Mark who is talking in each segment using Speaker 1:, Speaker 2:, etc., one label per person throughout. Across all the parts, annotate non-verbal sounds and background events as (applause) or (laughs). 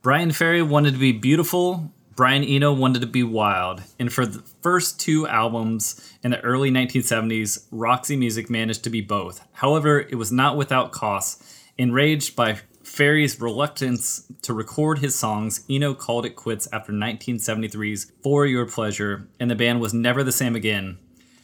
Speaker 1: Brian Ferry wanted to be beautiful. Brian Eno wanted to be wild. And for the first two albums in the early 1970s, Roxy Music managed to be both. However, it was not without costs. Enraged by Ferry's reluctance to record his songs, Eno called it quits after 1973's For Your Pleasure, and the band was never the same again.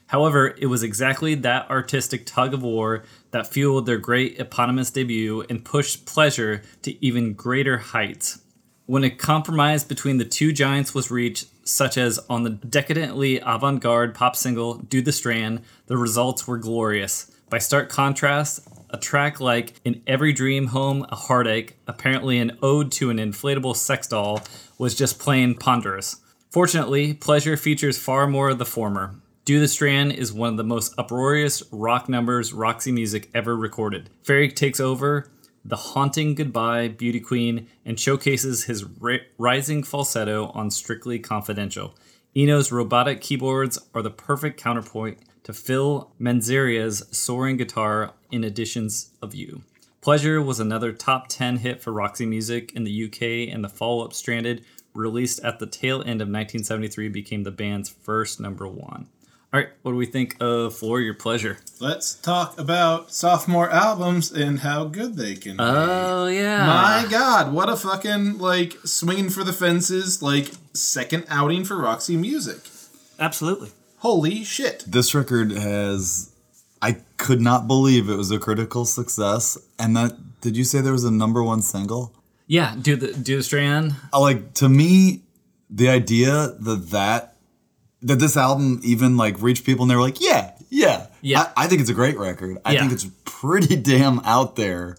Speaker 1: However, it was exactly that artistic tug of war that fueled their great eponymous debut and pushed pleasure to even greater heights. When a compromise between the two giants was reached, such as on the decadently avant garde pop single Do the Strand, the results were glorious. By stark contrast, a track like In Every Dream Home, A Heartache, apparently an ode to an inflatable sex doll, was just plain ponderous. Fortunately, Pleasure features far more of the former. Do the Strand is one of the most uproarious rock numbers Roxy Music ever recorded. Ferry takes over the haunting goodbye beauty queen and showcases his ri- rising falsetto on strictly confidential eno's robotic keyboards are the perfect counterpoint to phil manzeria's soaring guitar in editions of you pleasure was another top 10 hit for roxy music in the uk and the follow-up stranded released at the tail end of 1973 became the band's first number one all right what do we think of for your pleasure
Speaker 2: Let's talk about sophomore albums and how good they can be.
Speaker 3: Ah.
Speaker 1: oh yeah
Speaker 2: My God, what a fucking like swinging for the fences like second outing for Roxy Music.
Speaker 4: Absolutely.
Speaker 2: Holy shit!
Speaker 3: this record has I could not believe it was a critical success. And that did you say there was a number one single?
Speaker 1: yeah do the do the strand
Speaker 3: Uh, Like to me, the idea that that that this album even like reached people and they were like, yeah, yeah,
Speaker 1: Yeah.
Speaker 3: I, I think it's a great record. I
Speaker 1: Yeah.
Speaker 3: think it's pretty (laughs) damn out there,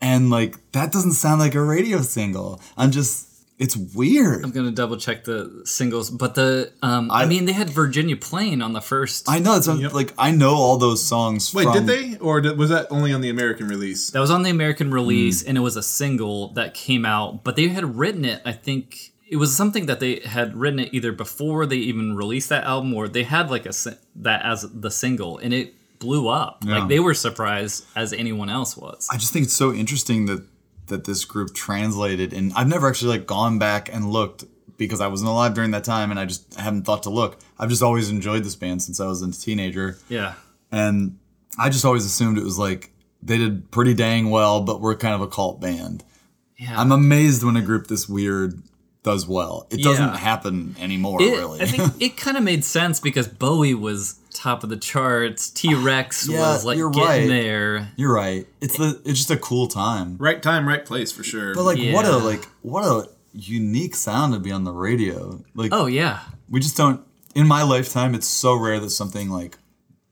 Speaker 3: and like that doesn't sound like a radio single. I'm just it's weird.
Speaker 1: I'm gonna double check the singles, but the um, I,
Speaker 3: I-
Speaker 1: mean they had Virginia Plain on the first.
Speaker 3: I know it's not- like I know all those songs.
Speaker 2: Wait,
Speaker 3: from-
Speaker 2: did they or did, was that only on the American release?
Speaker 1: that was on the American release,
Speaker 3: Mm.
Speaker 1: and it was a single that came out. But they had written it. I think it was something that they had written it either before they even released that album, or they had like a si- that as the single, and it blew up. Like they were surprised as anyone else was.
Speaker 3: I just think it's so interesting that that this group translated and I've never actually like gone back and looked because I wasn't alive during that time and I just haven't thought to look. I've just always enjoyed this band since I was a teenager
Speaker 1: yeah,
Speaker 3: and I just always assumed it was like they did pretty dang well but we're kind of a cult band.
Speaker 1: yeah.
Speaker 3: I'm amazed when a group this weird does well. It
Speaker 1: Yeah.
Speaker 3: doesn't happen anymore
Speaker 1: It-
Speaker 3: really.
Speaker 1: I think it kind of made sense because Bowie was top of the charts. T Rex
Speaker 3: (sighs) Yeah,
Speaker 1: was like
Speaker 3: you're
Speaker 1: getting
Speaker 3: right.
Speaker 1: there.
Speaker 3: (laughs) You're right. It's the it's just a cool time.
Speaker 2: Right time, right place for sure.
Speaker 3: But like what
Speaker 1: Yeah.
Speaker 3: a like what a unique sound to be on the radio. Like
Speaker 1: Oh yeah,
Speaker 3: we just don't in my lifetime it's so rare that something like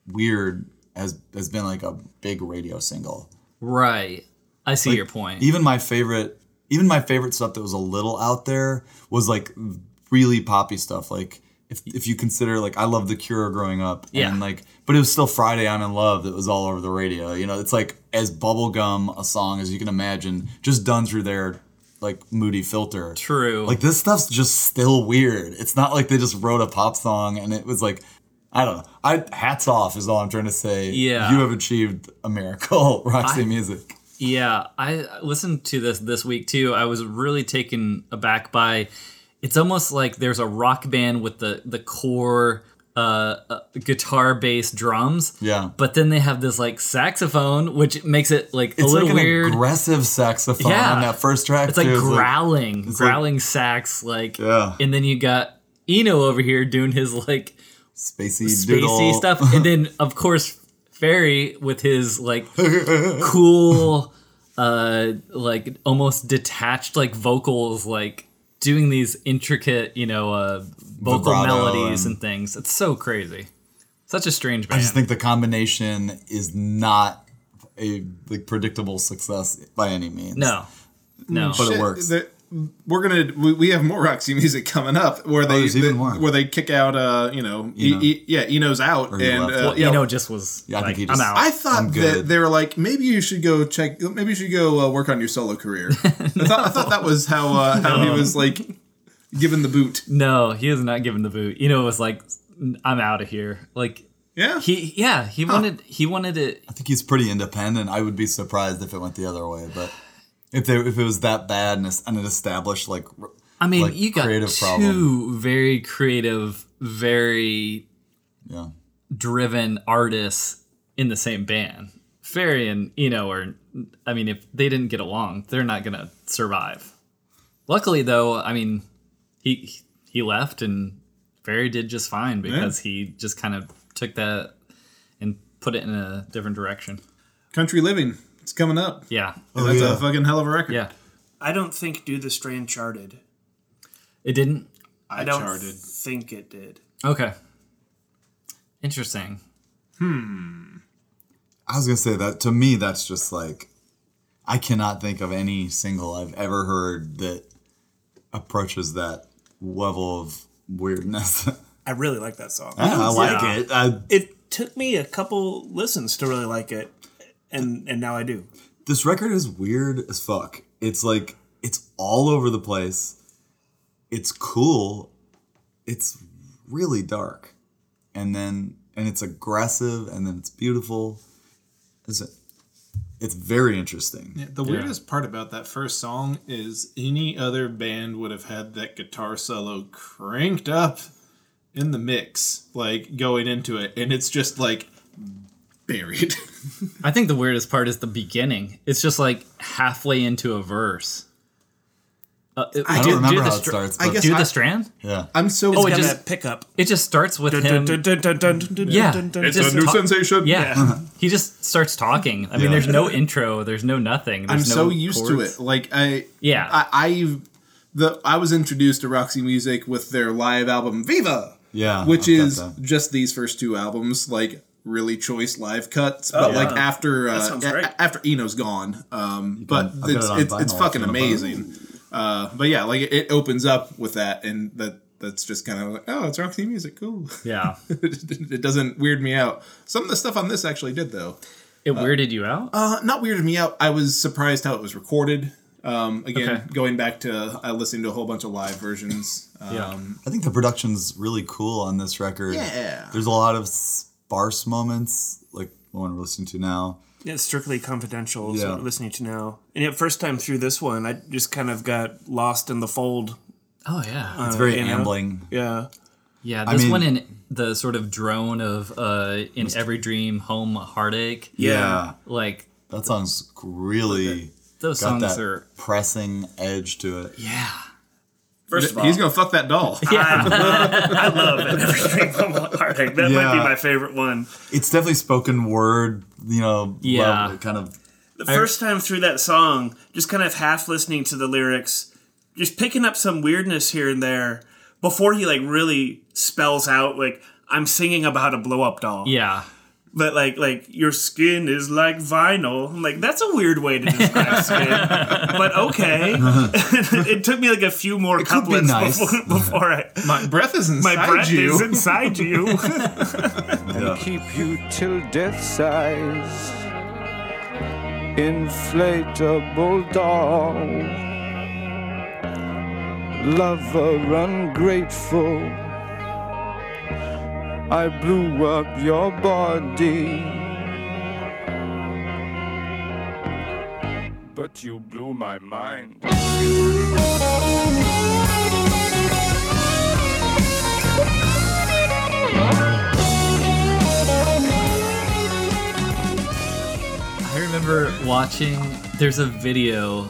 Speaker 3: weird has has been like a big radio single
Speaker 1: Right. I see your point.
Speaker 3: even my favorite even my favorite stuff that was a little out there was like really poppy stuff like if, if you consider like i love the cure growing up
Speaker 1: Yeah.
Speaker 3: and like but it was still friday i'm in love that was all over the radio you know it's like as bubblegum a song as you can imagine just done through their like moody filter.
Speaker 5: True.
Speaker 3: Like this stuff's just still weird. It's not like they just wrote a pop song and it was like I don't know. I hats off is all I'm trying to say.
Speaker 5: Yeah.
Speaker 3: You have achieved a miracle, (laughs) Roxy Music.
Speaker 5: Yeah, I listened to this this week too. I was really taken aback by. It's almost like there's a rock band with the the core uh, uh, guitar, bass, drums.
Speaker 3: Yeah.
Speaker 5: But then they have this like saxophone, which makes it like a
Speaker 3: It's
Speaker 5: little
Speaker 3: like an
Speaker 5: weird.
Speaker 3: aggressive saxophone
Speaker 5: Yeah.
Speaker 3: on that first track.
Speaker 5: it's like
Speaker 3: too.
Speaker 5: growling,
Speaker 3: like-
Speaker 5: growling sax, like.
Speaker 3: Yeah.
Speaker 5: And then you got Eno over here doing his like
Speaker 3: spacey,
Speaker 5: spacey
Speaker 3: doodle.
Speaker 5: stuff,
Speaker 3: (laughs)
Speaker 5: and then of course Ferry with his like cool, uh, like almost detached like vocals, like doing these intricate, you know, uh, vocal
Speaker 3: Vibrato
Speaker 5: melodies
Speaker 3: and-
Speaker 5: and things. It's so crazy. Such a strange band.
Speaker 3: I just think the combination is not a like predictable success by any means.
Speaker 5: no, no.
Speaker 3: Mm, But it works.
Speaker 2: The- we're gonna we, we have more Roxy music coming up where they
Speaker 3: Oh, there's even
Speaker 2: the-
Speaker 3: more.
Speaker 2: where they kick out uh you know E-
Speaker 3: Eno.
Speaker 2: E- yeah Eno's out
Speaker 3: he
Speaker 2: and
Speaker 3: left.
Speaker 2: uh,
Speaker 3: Well,
Speaker 2: yeah,
Speaker 5: Eno just was
Speaker 3: Yeah, I think
Speaker 5: like,
Speaker 3: he
Speaker 5: I'm
Speaker 3: just-
Speaker 5: out.
Speaker 2: I
Speaker 3: I'm
Speaker 2: thought that
Speaker 3: good.
Speaker 2: they were like maybe you should go check maybe you should go uh, work on your solo
Speaker 5: (laughs)
Speaker 2: career. I, thought, I thought that was how uh, how he was like given the boot.
Speaker 5: no, he was not given the boot. Eno was like, I'm out of here. Like
Speaker 2: Yeah,
Speaker 5: he, yeah, he wanted, he wanted it.
Speaker 3: I think he's pretty independent. I would be surprised if it went the other way, but if they, if it was that bad and, es- and an established like r-
Speaker 5: I mean,
Speaker 3: like,
Speaker 5: you got
Speaker 3: creative
Speaker 5: two
Speaker 3: problem.
Speaker 5: very creative, very
Speaker 3: yeah
Speaker 5: driven artists in the same band. Ferry and Eno are, I mean, if they didn't get along, they're not gonna survive. Luckily, though, I mean, he he left and Ferry did just fine because he just kind of took that and put it in a different direction.
Speaker 2: country living. It's coming up.
Speaker 5: Yeah,
Speaker 2: That's
Speaker 3: yeah.
Speaker 2: a fucking hell of a record.
Speaker 5: yeah,
Speaker 6: I don't think Do the Strand charted.
Speaker 5: it didn't.
Speaker 6: I, don't
Speaker 2: charted.
Speaker 6: think it did.
Speaker 5: Okay, interesting.
Speaker 3: I was gonna say that to me that's just like I cannot think of any single I've ever heard that approaches that level of weirdness. (laughs)
Speaker 6: I really like that song.
Speaker 3: I, like it. I,
Speaker 6: It took me a couple listens to really like it, and and now I do.
Speaker 3: this record is weird as fuck. It's like it's all over the place. It's cool. It's really dark. And then and it's aggressive and then it's beautiful. It's, it's very interesting.
Speaker 2: The weirdest part about that first song is any other band would have had that guitar solo cranked up in the mix, like going into it, and it's just like buried.
Speaker 5: I think the weirdest part is the beginning. It's just like halfway into a verse. Uh, it-
Speaker 3: I don't remember how it
Speaker 5: str-
Speaker 3: starts,
Speaker 2: I
Speaker 3: but
Speaker 2: guess-
Speaker 5: Do the strand?
Speaker 3: yeah.
Speaker 2: I'm so
Speaker 5: Oh, it
Speaker 6: Got
Speaker 5: just-
Speaker 6: that pickup.
Speaker 5: It just starts with him. Yeah. It's
Speaker 6: It's
Speaker 5: just ta-
Speaker 2: sensation.
Speaker 5: Yeah, (laughs) he just starts talking. I mean,
Speaker 3: Yeah.
Speaker 5: there's no intro. There's no nothing.
Speaker 2: I'm
Speaker 5: There's no
Speaker 2: so used
Speaker 5: chords.
Speaker 2: to it. Like I,
Speaker 5: Yeah.
Speaker 2: I, I've the I was introduced to Roxy Music with their live album Viva,
Speaker 3: Yeah.
Speaker 2: which
Speaker 3: I've Uh-huh, got
Speaker 2: is
Speaker 3: that.
Speaker 2: just these first two albums, like really choice live cuts. But
Speaker 6: Oh, yeah.
Speaker 2: like after uh,
Speaker 6: sounds
Speaker 2: a-
Speaker 6: great.
Speaker 2: a- after Eno's gone, um, but
Speaker 3: I've got it
Speaker 2: it's
Speaker 3: on
Speaker 2: it's, it's
Speaker 3: vinyl
Speaker 2: fucking
Speaker 3: in a box.
Speaker 2: amazing. Uh, but yeah, like it opens up with that, and that that's just kind of like oh, it's Roxy Music, cool.
Speaker 5: Yeah,
Speaker 2: (laughs) it doesn't weird me out. Some of the stuff on this actually did though.
Speaker 5: it weirded you out.
Speaker 2: Uh, not weirded me out. I was surprised how it was recorded. Um, again,
Speaker 5: Okay.
Speaker 2: going back to uh, listening to a whole bunch of live versions. Um,
Speaker 5: yeah,
Speaker 3: I think the production's really cool on this record.
Speaker 2: Yeah.
Speaker 3: There's a lot of sparse moments, like the one we're listening to now.
Speaker 6: It's strictly confidential. So
Speaker 3: Yeah.
Speaker 6: we're listening to now, and yet first time through this one, I just kind of got lost in the fold.
Speaker 5: Oh yeah.
Speaker 3: It's very
Speaker 6: you know?
Speaker 3: ambling.
Speaker 6: Yeah,
Speaker 5: yeah, this
Speaker 3: uh, mean-
Speaker 5: one in the sort of drone of uh, in every dream, home heartache.
Speaker 3: Yeah.
Speaker 5: Like
Speaker 3: That song's really
Speaker 5: those
Speaker 3: got
Speaker 5: songs
Speaker 3: that
Speaker 5: are.
Speaker 3: pressing edge to it.
Speaker 5: Yeah.
Speaker 6: first of all,
Speaker 2: He's gonna fuck that
Speaker 6: (laughs)
Speaker 2: doll.
Speaker 6: I love (laughs) it. Everything from Heartache. That might be
Speaker 3: Yeah.
Speaker 6: my favorite one.
Speaker 3: It's definitely spoken word, you know,
Speaker 5: Yeah.
Speaker 3: level, kind of.
Speaker 6: The first time through that song, just kind of half listening to the lyrics, just picking up some weirdness here and there before he like really spells out like I'm singing about a blow up doll.
Speaker 5: Yeah.
Speaker 6: But like like your skin is like vinyl. I'm like, that's a weird way to describe skin. But okay. (laughs) it took me like a few more
Speaker 3: could be
Speaker 6: couplets
Speaker 3: nice.
Speaker 6: before, (laughs) before I
Speaker 2: My breath is inside
Speaker 6: my breath
Speaker 2: you.
Speaker 6: is inside you.
Speaker 7: keep you till death sighs. Inflatable doll. lover ungrateful. I blew up your body. But you blew my mind.
Speaker 5: I remember watching. There's a video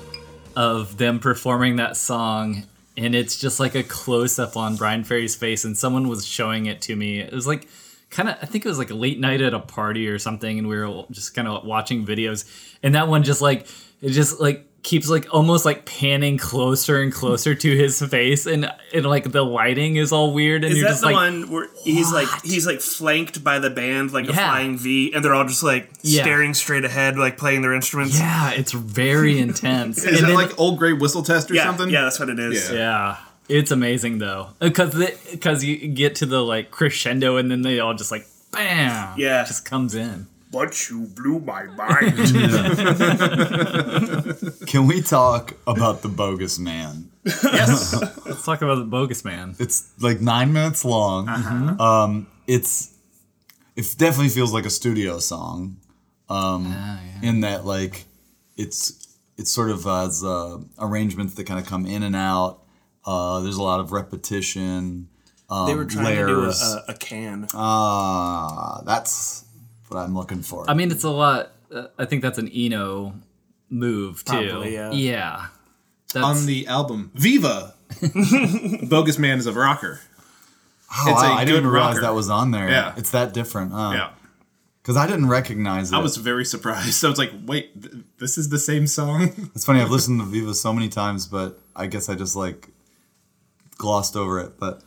Speaker 5: of them performing that song, and it's just like a close up on Brian Ferry's face, and someone was showing it to me. It was like kind of, I think it was like a late night at a party or something, and we were just kind of watching videos, and that one just like it just like keeps like almost like panning closer and closer to his face, and and like the lighting is all weird, and
Speaker 6: Is
Speaker 5: you're
Speaker 6: that
Speaker 5: just
Speaker 6: the
Speaker 5: like,
Speaker 6: one where he's like he's like flanked by the band like a
Speaker 5: Yeah.
Speaker 6: flying V, and they're all just like
Speaker 5: Yeah.
Speaker 6: staring straight ahead, like playing their instruments?
Speaker 5: yeah, it's
Speaker 6: (laughs)
Speaker 5: very intense.
Speaker 2: Is
Speaker 5: And
Speaker 2: it
Speaker 5: then-
Speaker 2: like old gray whistle test or
Speaker 6: yeah,
Speaker 2: something?
Speaker 6: yeah, that's what it is.
Speaker 2: Yeah.
Speaker 5: Yeah, it's amazing though, Uh, because because you get to the like crescendo and then they all just like bam,
Speaker 6: Yeah.
Speaker 5: just comes in.
Speaker 6: But you blew my mind.
Speaker 3: Can we talk about the bogus man?
Speaker 5: Let's talk about the bogus man.
Speaker 3: It's like nine minutes long. Um, it's it definitely feels like a studio song. Um, In that, like, it's it's sort of has uh, arrangements that kind of come in and out. Uh, there's a lot of repetition. Um,
Speaker 6: they were trying
Speaker 3: layers.
Speaker 6: to do a, a, a can.
Speaker 5: Uh,
Speaker 3: Ah, that's what I'm looking for.
Speaker 5: I mean, it's a lot. Uh, I think that's an Eno move too.
Speaker 6: Probably, yeah. Um,
Speaker 5: yeah. That's,
Speaker 2: On the album
Speaker 6: (laughs)
Speaker 2: Viva, Bogus Man is a rocker.
Speaker 3: oh,
Speaker 2: it's a
Speaker 3: wow, I didn't
Speaker 2: good
Speaker 3: realize
Speaker 2: rocker.
Speaker 3: that was on there.
Speaker 2: Yeah.
Speaker 3: it's that different. Huh?
Speaker 2: Yeah.
Speaker 3: because I didn't recognize it.
Speaker 2: I was very surprised. (laughs) I was like, wait, th- this is the same song? (laughs)
Speaker 3: It's funny. I've listened to Viva so many times, but I guess I just like glossed over it. But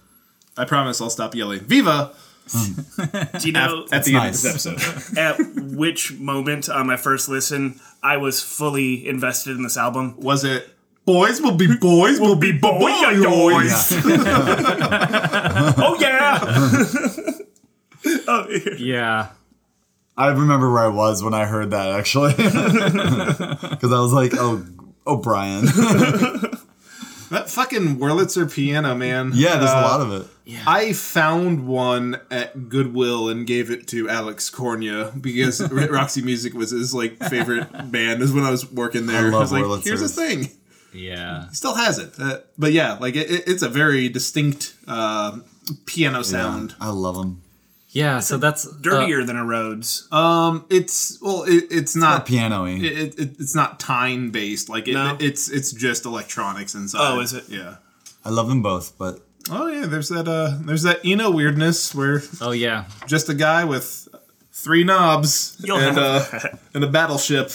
Speaker 2: I promise I'll stop yelling Viva
Speaker 6: Do
Speaker 2: (laughs)
Speaker 6: you know
Speaker 2: at the
Speaker 3: nice.
Speaker 2: end of this episode.
Speaker 6: at which moment on my first listen I was fully invested in this album?
Speaker 2: Was it Boys will be boys will be boys?
Speaker 5: (laughs)
Speaker 6: (laughs) Oh yeah! (laughs) oh, yeah.
Speaker 5: yeah.
Speaker 3: I remember where I was when I heard that actually, (laughs) because I was like, "Oh, O'Brien."
Speaker 2: That (laughs) fucking Wurlitzer piano, man.
Speaker 3: (laughs) yeah, there's
Speaker 2: Uh,
Speaker 3: a lot of it.
Speaker 2: I found one at Goodwill and gave it to Alex Cornea because R- Roxy Music was his like favorite band. Is when I was working there. I,
Speaker 3: love
Speaker 2: was like,
Speaker 3: Wurlitzers.
Speaker 2: here's this thing. He
Speaker 5: Yeah.
Speaker 2: still has it, uh, but yeah, like it, it- it's a very distinct uh, piano sound.
Speaker 3: I love them.
Speaker 5: Yeah. So that's uh,
Speaker 6: dirtier than a Rhodes.
Speaker 2: Um, it's well, it, it's not.
Speaker 3: Piano-y.
Speaker 2: it, it, it's not time based. Like it,
Speaker 6: No?
Speaker 2: it's it's just electronics inside.
Speaker 6: Oh, is it?
Speaker 2: Yeah.
Speaker 3: I love them both, but
Speaker 2: Oh yeah. There's that. Uh, there's that Eno weirdness where
Speaker 5: oh yeah.
Speaker 2: just a guy with three knobs
Speaker 6: You'll
Speaker 2: and
Speaker 6: have (laughs)
Speaker 2: a, and a battleship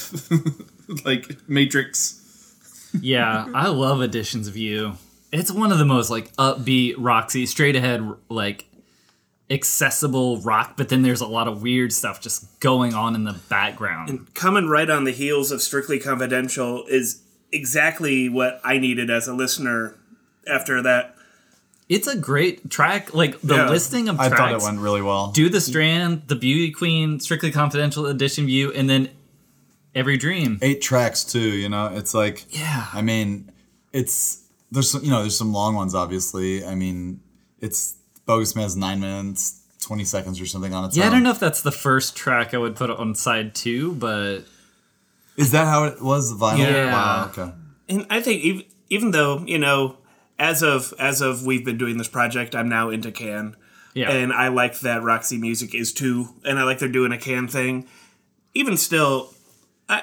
Speaker 2: (laughs) like matrix
Speaker 5: Yeah, I love Editions of You. It's one of the most like upbeat, Roxy, straight ahead, like accessible rock. But then there's a lot of weird stuff just going on in the background.
Speaker 6: Coming right on the heels of Strictly Confidential is exactly what I needed as a listener after that.
Speaker 5: it's a great track. Like the
Speaker 6: Yeah.
Speaker 5: listing of
Speaker 3: I
Speaker 5: tracks.
Speaker 3: thought it went really well.
Speaker 5: Do the Strand, The Beauty Queen, Strictly Confidential Edition View, and then Every Dream.
Speaker 3: Eight tracks too. You know, it's like
Speaker 5: Yeah.
Speaker 3: I mean, it's there's some, you know there's some long ones obviously. I mean, it's Bogus Man's nine minutes twenty seconds or something on its
Speaker 5: yeah, I
Speaker 3: own.
Speaker 5: don't know if that's the first track I would put on side two, but
Speaker 3: Is that how it was? Vinyl.
Speaker 5: Yeah.
Speaker 3: Wow, okay.
Speaker 6: And I think even, even though, you know, as of as of we've been doing this project, I'm now into can.
Speaker 5: yeah.
Speaker 6: And I like that Roxy Music is too, and I like they're doing a can thing. Even still, I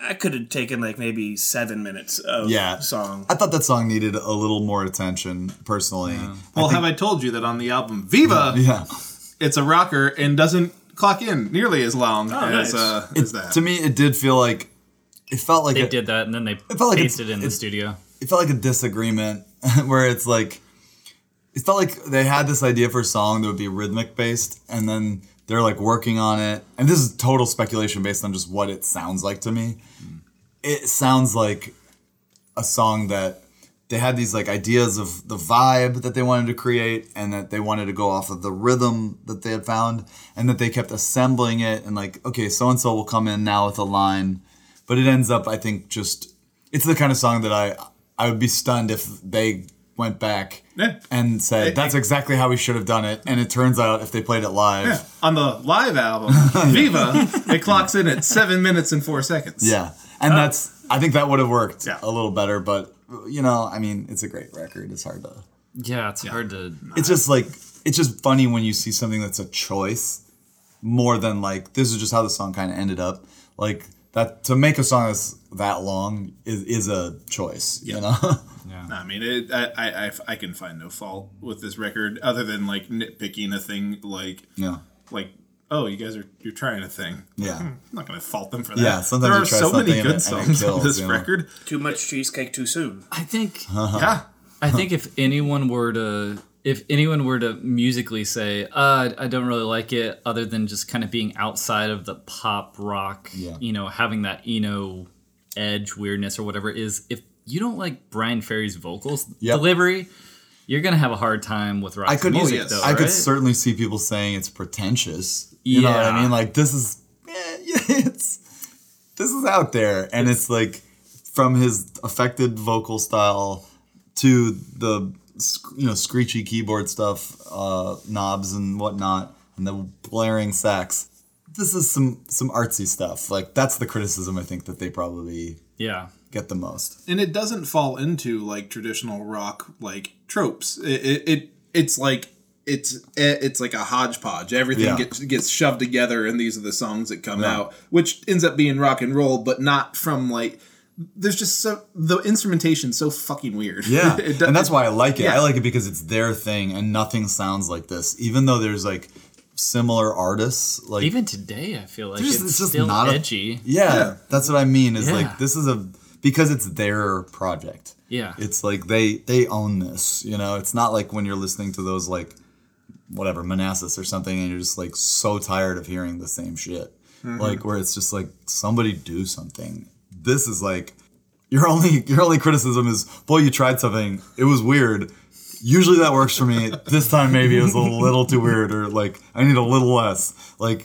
Speaker 6: I, I could have taken like maybe seven minutes of
Speaker 3: Yeah.
Speaker 6: song.
Speaker 3: I thought that song needed a little more attention, personally.
Speaker 2: well have i told you that on the album viva
Speaker 3: (laughs) Yeah.
Speaker 2: it's a rocker and doesn't clock in nearly as long as,
Speaker 6: Oh, nice.
Speaker 2: uh, as that
Speaker 3: To me, it did feel like it felt like
Speaker 5: they
Speaker 3: a,
Speaker 5: did that and then they
Speaker 3: felt like
Speaker 5: pasted
Speaker 3: it's-
Speaker 5: it in the
Speaker 3: it's-
Speaker 5: studio.
Speaker 3: it felt like a disagreement (laughs) where it's like it felt like they had this idea for a song that would be rhythmic based, and then they're like working on it. And this is total speculation based on just what it sounds like to me. It sounds like a song that they had these like ideas of the vibe that they wanted to create and that they wanted to go off of the rhythm that they had found and that they kept assembling it and like okay so and so will come in now with a line but it ends up i think just it's the kind of song that i i would be stunned if they went back
Speaker 2: Yeah.
Speaker 3: and said
Speaker 2: It-
Speaker 3: that's exactly how we should have done it. And it turns out if they played it live,
Speaker 2: Yeah. On the live (laughs) album, Viva, it clocks in at seven minutes and four seconds.
Speaker 3: Yeah, and that's I think that would have worked
Speaker 2: Yeah.
Speaker 3: a little better, but you know, I mean, it's a great record. It's hard to.
Speaker 5: Yeah, it's hard to.
Speaker 3: It's just like it's just funny when you see something that's a choice more than like this is just how the song kind of ended up. Like that to make a song that's that long is is a choice. You know, (laughs)
Speaker 2: I mean, it, I, I, I, I can find no fault with this record other than like nitpicking a thing like
Speaker 3: yeah,
Speaker 2: like oh you guys are you're trying a thing.
Speaker 3: yeah.
Speaker 2: I'm not gonna fault them for that.
Speaker 3: Yeah, sometimes
Speaker 2: there
Speaker 3: you
Speaker 2: are
Speaker 3: try
Speaker 2: so many
Speaker 3: something and
Speaker 2: good
Speaker 3: it- and it
Speaker 2: songs
Speaker 3: kills,
Speaker 2: on this
Speaker 3: you know.
Speaker 2: record.
Speaker 6: Too much cheesecake too soon.
Speaker 5: I think.
Speaker 2: Yeah,
Speaker 5: I think if anyone were to. If anyone were to musically say, uh, I don't really like it, other than just kind of being outside of the pop rock,
Speaker 3: Yeah.
Speaker 5: you know, having that eno edge weirdness or whatever, is if you don't like Brian Ferry's vocals
Speaker 3: Yep.
Speaker 5: delivery, you're gonna have a hard time with rock
Speaker 3: I could
Speaker 5: music,
Speaker 2: yes.
Speaker 5: though.
Speaker 3: I could
Speaker 5: right?
Speaker 3: certainly see people saying it's pretentious. You know what
Speaker 5: Yeah.
Speaker 3: I mean? Like this is (laughs) eh, yeah, it's this is out there and it's like from his affected vocal style to the sc- you know screechy keyboard stuff, uh, knobs and whatnot, and the blaring sax. This is some some artsy stuff. Like that's the criticism I think that they probably
Speaker 5: yeah,
Speaker 3: get the most.
Speaker 2: and it doesn't fall into like traditional rock like tropes. It, it, it it's like it's eh, it's like a hodgepodge. Everything
Speaker 3: Yeah.
Speaker 2: gets gets shoved together, and these are the songs that come out, which ends up being rock and roll, but not from like. There's just so the instrumentation's so fucking weird.
Speaker 3: Yeah,
Speaker 2: (laughs) It do-
Speaker 3: and that's why I like it.
Speaker 2: yeah.
Speaker 3: I like it because it's their thing, and nothing sounds like this. Even though there's like similar artists, like
Speaker 5: even today, I feel like
Speaker 3: There's-
Speaker 5: it's,
Speaker 3: it's just
Speaker 5: still
Speaker 3: not a-
Speaker 5: edgy.
Speaker 3: yeah, that's what I mean. Is
Speaker 5: Yeah.
Speaker 3: like this is a because it's their project.
Speaker 5: Yeah.
Speaker 3: it's like they they own this. You know, it's not like when you're listening to those like whatever Manassas or something, and you're just like so tired of hearing the same shit.
Speaker 5: Mm-hmm.
Speaker 3: Like where it's just like somebody do something. This is like your only (laughs) your only criticism is boy you tried something it was weird usually that works for me this time maybe it was a little too weird or like i need a little less like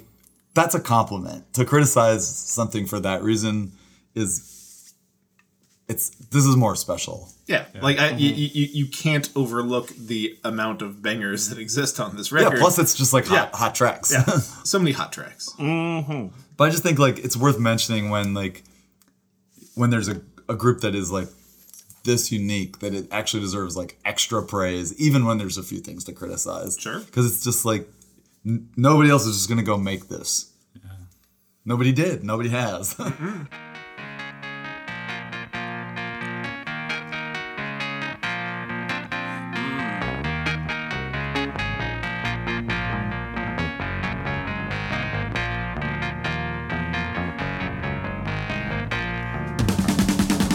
Speaker 3: that's a compliment to criticize something for that reason is it's this is more special
Speaker 2: Yeah, like
Speaker 3: Mm-hmm.
Speaker 2: I, you, you, you can't overlook the amount of bangers that exist on this
Speaker 3: yeah
Speaker 2: record.
Speaker 3: plus it's just like hot,
Speaker 2: Yeah.
Speaker 3: hot tracks
Speaker 2: so many hot tracks.
Speaker 3: (laughs) But I just think like it's worth mentioning when like when there's a, a group that is like this unique that it actually deserves like extra praise, even when there's a few things to criticize.
Speaker 2: Sure.
Speaker 3: Because it's just like n- nobody else is just gonna go make this. Nobody did. Nobody has. (laughs)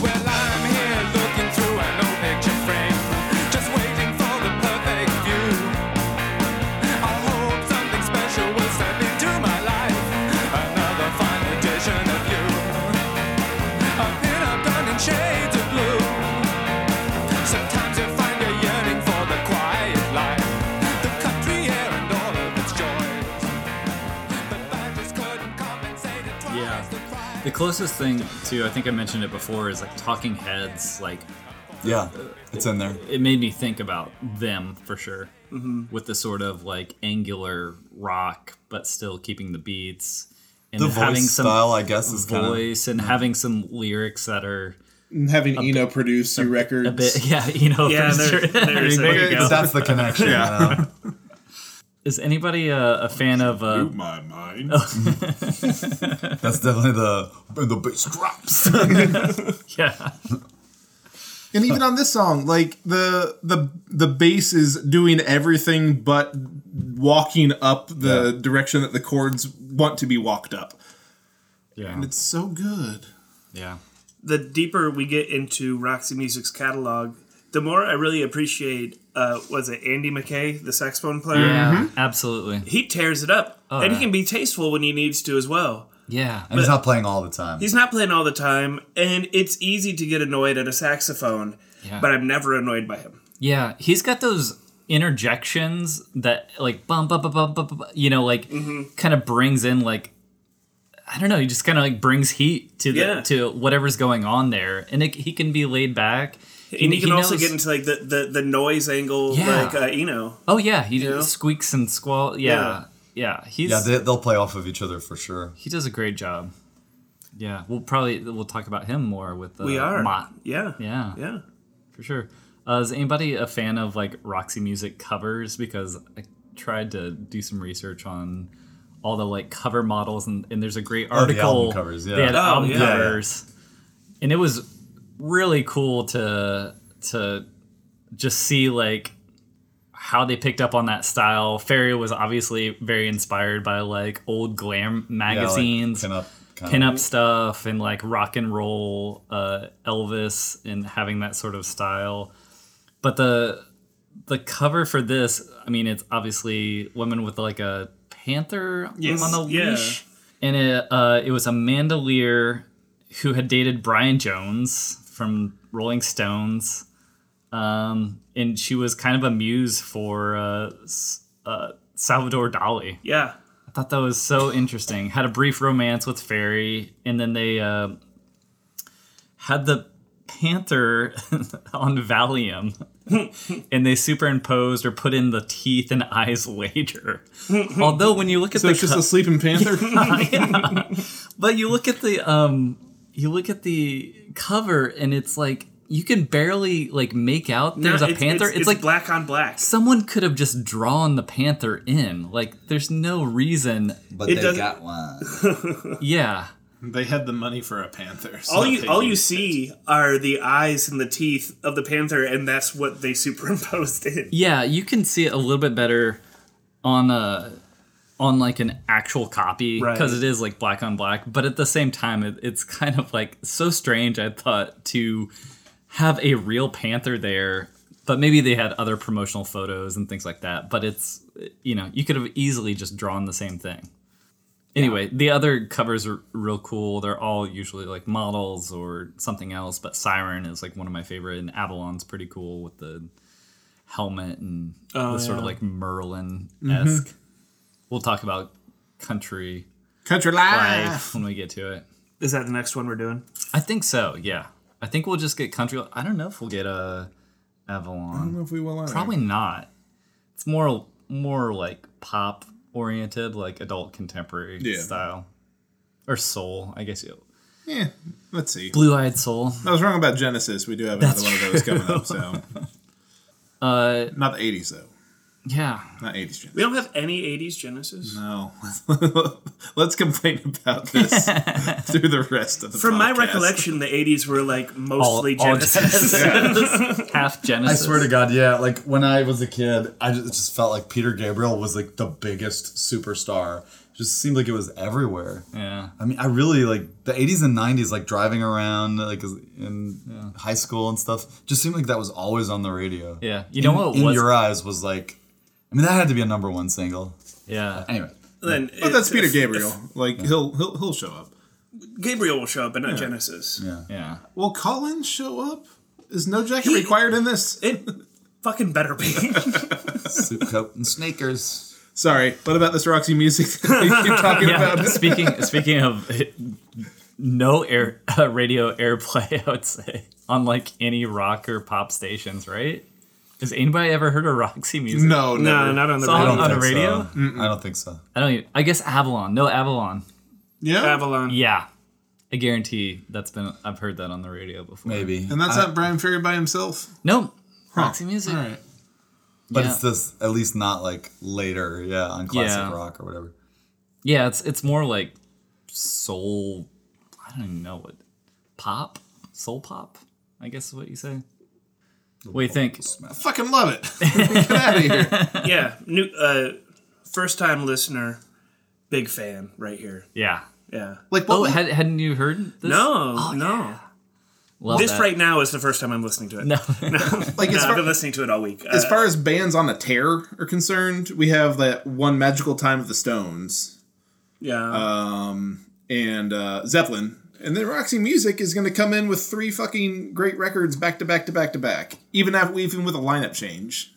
Speaker 8: Well, I'm here looking through an old picture frame, just waiting for the perfect view. I hope something special will step into my life, another fine edition of you. A pin-up done in shades of blue. Sometimes you find a yearning for the quiet life, the country air and all of its joys. But badges couldn't compensate it
Speaker 5: Yeah.
Speaker 8: twice the price.
Speaker 5: The closest thing to I think I mentioned it before is like Talking Heads. Like
Speaker 3: yeah. It's in there.
Speaker 5: it made me think about them for sure, mm-hmm. with the sort of like angular rock, but still keeping the beats and
Speaker 3: The
Speaker 5: having
Speaker 3: voice
Speaker 5: some
Speaker 3: style, I guess, is kind of
Speaker 5: voice and having some lyrics that are
Speaker 2: And having Eno produce your records.
Speaker 5: a bit (laughs) yeah you know
Speaker 6: Yeah,
Speaker 5: for
Speaker 6: (laughs) there-
Speaker 5: sure.
Speaker 6: there's there you go.
Speaker 3: that's the connection. yeah. You know?
Speaker 5: is anybody uh, a fan of uh,
Speaker 2: my mind.
Speaker 3: That's definitely the the bass drops.
Speaker 5: (laughs) yeah
Speaker 2: And even on this song, like the the the bass is doing everything but walking up the direction that the chords want to be walked up.
Speaker 5: yeah
Speaker 2: And it's so good.
Speaker 5: yeah
Speaker 6: the deeper we get into Roxy Music's catalog, the more I really appreciate. Uh, was it Andy McKay, the saxophone player?
Speaker 5: yeah absolutely
Speaker 6: He tears it up, and
Speaker 5: yeah.
Speaker 6: he can be tasteful when he needs to as well.
Speaker 5: yeah
Speaker 3: and he's not playing all the time.
Speaker 6: He's not playing all the time, and it's easy to get annoyed at a saxophone.
Speaker 5: Yeah.
Speaker 6: But I'm never annoyed by him.
Speaker 5: Yeah, he's got those interjections that like bum bum bum bum bum, bum you know, like
Speaker 6: Mm-hmm.
Speaker 5: kind of brings in like I don't know, he just kind of like brings heat to the
Speaker 6: Yeah.
Speaker 5: to whatever's going on there, and it, he can be laid back.
Speaker 6: and you can
Speaker 5: he
Speaker 6: also
Speaker 5: knows-
Speaker 6: get into like the the, the noise angle,
Speaker 5: Yeah.
Speaker 6: like uh, Eno.
Speaker 5: Oh yeah, he
Speaker 6: know?
Speaker 5: just squeaks and squall. Yeah, yeah, he's
Speaker 3: Yeah, they, they'll play off of each other for sure.
Speaker 5: he does a great job. Yeah, we'll probably we'll talk about him more with uh,
Speaker 6: We are,
Speaker 5: Mott.
Speaker 6: yeah,
Speaker 5: Yeah,
Speaker 6: yeah.
Speaker 5: for sure. Uh, is anybody a fan of like Roxy Music covers? Because I tried to do some research on all the like cover models, and, and there's a great
Speaker 3: Oh,
Speaker 5: article.
Speaker 3: the album covers, yeah.
Speaker 5: They had
Speaker 3: Oh,
Speaker 5: album
Speaker 6: yeah.
Speaker 5: covers, and it was really cool to to just see like how they picked up on that style. Ferry was obviously very inspired by like old glam magazines
Speaker 3: Yeah, like pinup, kind
Speaker 5: pinup stuff and like rock and roll uh, Elvis and having that sort of style. But the the cover for this, I mean, it's obviously women with like a panther
Speaker 6: Yes,
Speaker 5: on a
Speaker 6: yeah.
Speaker 5: leash, and it uh, it was Amanda Lear who had dated Brian Jones from Rolling Stones. Um, and she was kind of a muse for uh, S- uh, Salvador Dali
Speaker 6: Yeah.
Speaker 5: thought that was so interesting. Had a brief romance with Fairy, and then they uh, had the panther (laughs) on Valium, (laughs) and they superimposed or put in the teeth and eyes (laughs) later. Although when you look at
Speaker 2: So
Speaker 5: the
Speaker 2: it's just
Speaker 5: co-
Speaker 2: a sleeping
Speaker 6: (laughs)
Speaker 2: panther.
Speaker 5: but you look at the um you look at the cover, and it's like you can barely like make out
Speaker 6: No,
Speaker 5: there's a
Speaker 6: it's-
Speaker 5: panther.
Speaker 6: It's, it's
Speaker 5: like
Speaker 6: black on black.
Speaker 5: someone could have just drawn the panther in. Like there's no reason.
Speaker 3: but
Speaker 6: It
Speaker 3: they
Speaker 6: doesn't-
Speaker 3: got one.
Speaker 5: Yeah.
Speaker 2: they had the money for a panther. so
Speaker 6: All
Speaker 2: they
Speaker 6: you all you
Speaker 2: used it.
Speaker 6: see are the eyes and the teeth of the panther, and that's what they (laughs) superimposed in.
Speaker 5: Yeah, you can see it a little bit better on a on like an actual copy
Speaker 6: Right.
Speaker 5: because it is like black on black. But at the same time, it, it's kind of like so strange. I thought to have a real panther there, but maybe they had other promotional photos and things like that. But it's you know you could have easily just drawn the same thing. Anyway, the other covers are real cool. They're all usually like models or something else, but Siren is like one of my favorite, and Avalon's pretty cool with the helmet and
Speaker 3: Oh,
Speaker 5: the sort of like Merlin esque.
Speaker 3: Mm-hmm.
Speaker 5: We'll talk about country
Speaker 2: country life.
Speaker 5: life when we get to it.
Speaker 6: Is that the next one we're doing?
Speaker 5: I think so. Yeah, I think we'll just get country. I don't know if we'll get a Avalon.
Speaker 3: Mm-hmm.
Speaker 2: I don't know if we will. either.
Speaker 5: Probably not. It's more more like pop oriented, like adult contemporary
Speaker 2: Yeah.
Speaker 5: style or soul. I guess you
Speaker 2: Yeah. Let's see.
Speaker 5: blue eyed soul.
Speaker 2: I was wrong about Genesis. We do have another one of those coming up. So
Speaker 5: Uh,
Speaker 2: not the '80s though.
Speaker 3: (laughs)
Speaker 5: yeah.
Speaker 2: Not '80s Genesis.
Speaker 6: We don't have any '80s Genesis.
Speaker 2: No. (laughs) Let's complain about
Speaker 6: (laughs)
Speaker 2: this through the rest of the
Speaker 6: From my
Speaker 2: podcast.
Speaker 6: recollection, the '80s were like
Speaker 5: All-
Speaker 6: mostly
Speaker 5: all
Speaker 6: (laughs) Genesis.
Speaker 5: Genesis. half
Speaker 3: I
Speaker 5: Genesis.
Speaker 3: swear to God, yeah. Like when I was a kid, I just, it just felt like Peter Gabriel was like the biggest superstar. It just seemed like it was everywhere.
Speaker 5: Yeah.
Speaker 3: I mean, I really like the 80s and 90s, like driving around, like as- in high school and stuff. Just seemed like that was always on the radio.
Speaker 5: Yeah. You know
Speaker 3: In-
Speaker 5: what
Speaker 3: In
Speaker 5: was?
Speaker 3: Your Eyes was like, I mean, that had to be a number one single.
Speaker 5: yeah.
Speaker 3: Anyway,
Speaker 6: Then
Speaker 2: But that's
Speaker 6: it-
Speaker 2: Peter
Speaker 6: if- (laughs)
Speaker 2: Gabriel. Like he'll he'll he'll show up.
Speaker 6: if Gabriel will show up, but not Genesis.
Speaker 5: Yeah.
Speaker 2: Will Colin show up? Is no jacket
Speaker 6: He-
Speaker 2: required in this?
Speaker 6: It fucking better (laughs) be.
Speaker 3: suit coat and sneakers.
Speaker 2: Sorry. What about this Roxy music that we
Speaker 6: (laughs)
Speaker 2: keep talking
Speaker 5: Yeah. (laughs)
Speaker 2: about?
Speaker 5: speaking speaking of no air uh, radio airplay, (laughs) I would say on like any rock or pop stations, right? Has anybody ever heard of Roxy music?
Speaker 2: No, never.
Speaker 6: no, not on the
Speaker 5: So
Speaker 6: radio.
Speaker 5: on
Speaker 3: think
Speaker 5: the radio?
Speaker 3: so. I don't think so.
Speaker 5: I don't. Even, I guess Avalon. No Avalon.
Speaker 2: Yeah.
Speaker 6: Babylon.
Speaker 5: Yeah, I guarantee that's been. I've heard that on the radio before.
Speaker 3: Maybe.
Speaker 2: And
Speaker 6: Uh,
Speaker 2: that's not Brian Ferry by himself.
Speaker 5: No, Roxy music.
Speaker 2: All right.
Speaker 3: But
Speaker 5: yeah.
Speaker 3: it's this, at least not like later, yeah, on classic
Speaker 5: Yeah.
Speaker 3: rock or whatever.
Speaker 5: Yeah, it's it's more like soul. I don't even know what pop, soul pop. I guess is what you say. What do you think?
Speaker 2: Fucking love it. (laughs) Get out of here.
Speaker 6: yeah, new uh, first time listener, big fan right here.
Speaker 5: Yeah.
Speaker 6: Yeah.
Speaker 2: Like what?
Speaker 5: Oh,
Speaker 2: would-
Speaker 5: had, hadn't you heard this?
Speaker 6: No, no.
Speaker 5: Love
Speaker 6: This
Speaker 5: that.
Speaker 6: right now is the first time I'm listening to it.
Speaker 5: No.
Speaker 2: like
Speaker 6: No,
Speaker 2: as
Speaker 6: I've
Speaker 2: far,
Speaker 6: been listening to it all week.
Speaker 2: as
Speaker 6: Uh,
Speaker 2: far as bands on the tear are concerned, we have that one magical time of the Stones
Speaker 6: yeah,
Speaker 2: uh, and uh, Zeppelin, and then Roxy Music is going to come in with three fucking great records back to back to back to back, even after even with a lineup change.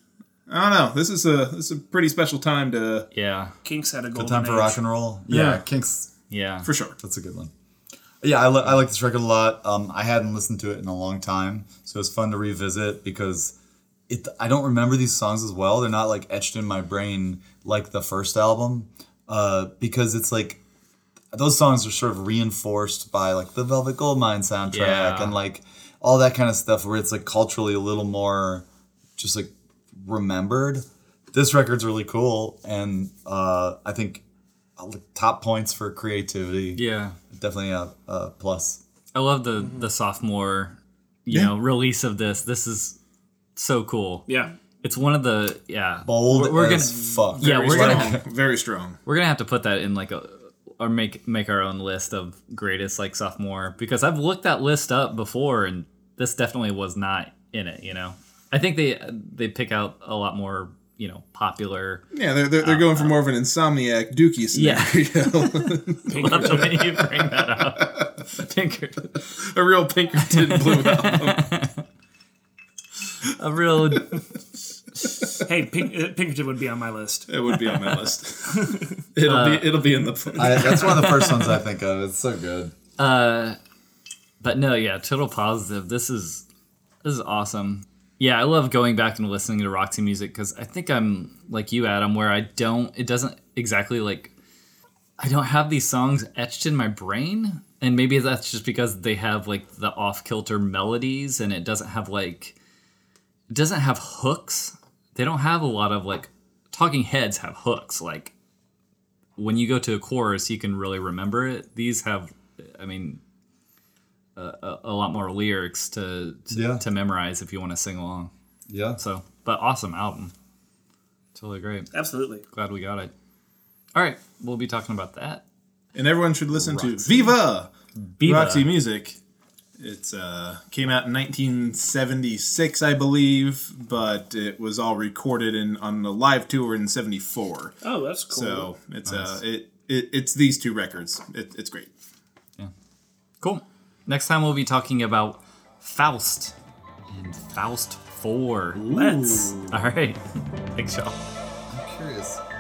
Speaker 2: I don't know. This is a this is a pretty special time to
Speaker 5: yeah.
Speaker 6: Kinks had a
Speaker 3: Good
Speaker 6: golden
Speaker 3: time for
Speaker 6: age.
Speaker 3: rock and roll.
Speaker 2: Yeah.
Speaker 3: yeah. Kinks.
Speaker 5: Yeah.
Speaker 2: for sure.
Speaker 3: That's a good one. Yeah, I, li- I like this record a lot. Um, I hadn't listened to it in a long time, so it's fun to revisit because it. I don't remember these songs as well. They're not like etched in my brain like the first album, uh, because it's like those songs are sort of reinforced by like the Velvet Goldmine soundtrack
Speaker 5: Yeah.
Speaker 3: and like all that kind of stuff, where it's like culturally a little more just like remembered. This record's really cool, and uh, I think uh, top points for creativity
Speaker 5: Yeah.
Speaker 3: definitely a, a plus.
Speaker 5: I love the
Speaker 6: Mm-hmm.
Speaker 5: the sophomore, you know, release of this. This is so cool.
Speaker 6: Yeah.
Speaker 5: It's one of the yeah.
Speaker 3: Bold
Speaker 5: We're, we're
Speaker 3: as
Speaker 5: gonna
Speaker 3: fuck.
Speaker 5: yeah we're
Speaker 2: strong.
Speaker 5: gonna have,
Speaker 2: Very strong.
Speaker 5: we're gonna have to put that in like a or make make our own list of greatest like sophomore because I've looked that list up before and this definitely was not in it. You know, I think they they pick out a lot more you know popular.
Speaker 2: Yeah, they're, they're, they're going for more of an insomniac Dookie
Speaker 5: Yeah.
Speaker 2: scenario.
Speaker 5: (laughs) Love the way you bring that up. Tinker.
Speaker 2: (laughs) a real
Speaker 5: (laughs)
Speaker 2: Pinkerton blue album.
Speaker 5: a real
Speaker 6: Hey, Pink, uh, Pinkerton would be on my list.
Speaker 2: It would be on my
Speaker 5: (laughs)
Speaker 2: list. it'll
Speaker 5: Uh,
Speaker 2: be it'll be in the.
Speaker 3: I, that's one of the first ones I think of. It's so good.
Speaker 5: but no yeah total positive this is this is awesome yeah i love going back and listening to roxy music because i think i'm like you adam where i don't it doesn't exactly like i don't have these songs etched in my brain and maybe that's just because they have like the off-kilter melodies and it doesn't have like it doesn't have hooks they don't have a lot of like talking heads have hooks like when you go to a chorus you can really remember it these have i mean a lot more lyrics to to,
Speaker 3: Yeah.
Speaker 5: to memorize if you want to sing along.
Speaker 3: Yeah.
Speaker 5: So, but awesome album. Totally great.
Speaker 6: Absolutely.
Speaker 5: Glad we got it. All right, we'll be talking about that.
Speaker 2: And everyone should listen to Viva,
Speaker 5: Biba.
Speaker 2: Roxy Music. It's uh came out in 1976, I believe, but it was all recorded in on a live tour in '74.
Speaker 6: Oh, that's cool.
Speaker 2: So it's uh it, it it's these two records. It, it's great.
Speaker 5: Cool. Next time we'll be talking about Faust and Faust 4.
Speaker 6: Let's.
Speaker 5: All right. (laughs) Thanks, y'all.
Speaker 3: I'm curious.